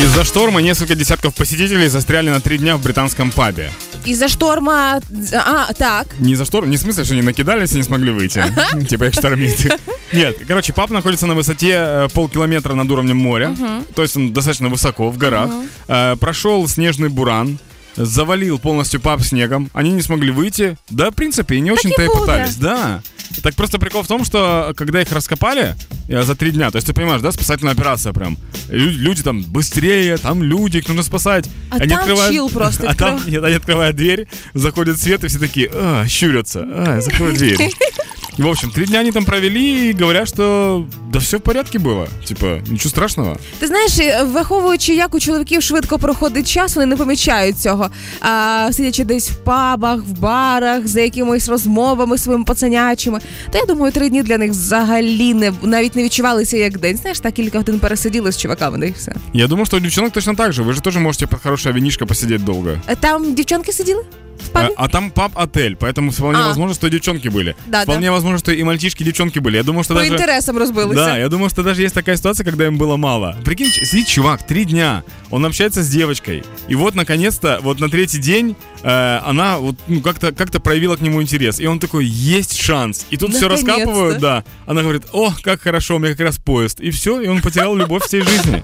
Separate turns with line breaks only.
Из-за шторма несколько десятков посетителей застряли на три дня в британском пабе.
Из-за шторма... А, так.
Не за шторм, не в смысле, что не накидались и не смогли выйти. Типа их штормит. Нет, короче, паб находится на высоте э, полкилометра над уровнем моря. То есть он достаточно высоко, в горах. Э, Прошел снежный буран. Завалил полностью паб снегом. Они не смогли выйти. Да, в принципе, и не очень-то и
мудро.
пытались. Да. Так просто прикол в том, что э, когда их раскопали э, за три дня, то есть ты понимаешь, да, спасательная операция прям. Лю- люди там быстрее, там люди, их нужно спасать.
А там чил просто,
А там,
открыл-
нет, они открывают дверь, заходит свет, и все такие, а, щурятся, а, закрой дверь. В общем, три дня они там провели и говорят, что да все в порядке було. Типа, нічого страшного.
Ти знаєш, е, враховуючи, як у чоловіків швидко проходить час, вони не помічають цього. А, сидячи десь в пабах, в барах, за якимись розмовами своїми пацанячими. Та я думаю, три дні для них взагалі не навіть не відчувалися як день. Знаєш, так кілька годин пересиділи з чуваками, да і все.
Я думаю, что у девчонок точно так же. Вы же тоже можете под хорошее винишко посидеть долго.
Е, Там дівчонки сиділи в
А,
пабі?
а там паб-отель, поэтому вполне
А.
возможно, что и девчонки были.
Да,
вполне возможно, что и мальчишки, и девчонки были. Я думаю, что
По
даже...
інтересам розбилися.
Да, я думаю, что даже есть такая ситуация, когда им было мало. Прикинь, ч- сидит чувак три дня, он общается с девочкой, и вот наконец-то, вот на третий день э, она вот ну, как-то как-то проявила к нему интерес, и он такой есть шанс, и тут все
Наконец-то.
раскапывают, да. Она говорит, о, как хорошо, у меня как раз поезд, и все, и он потерял любовь всей жизни.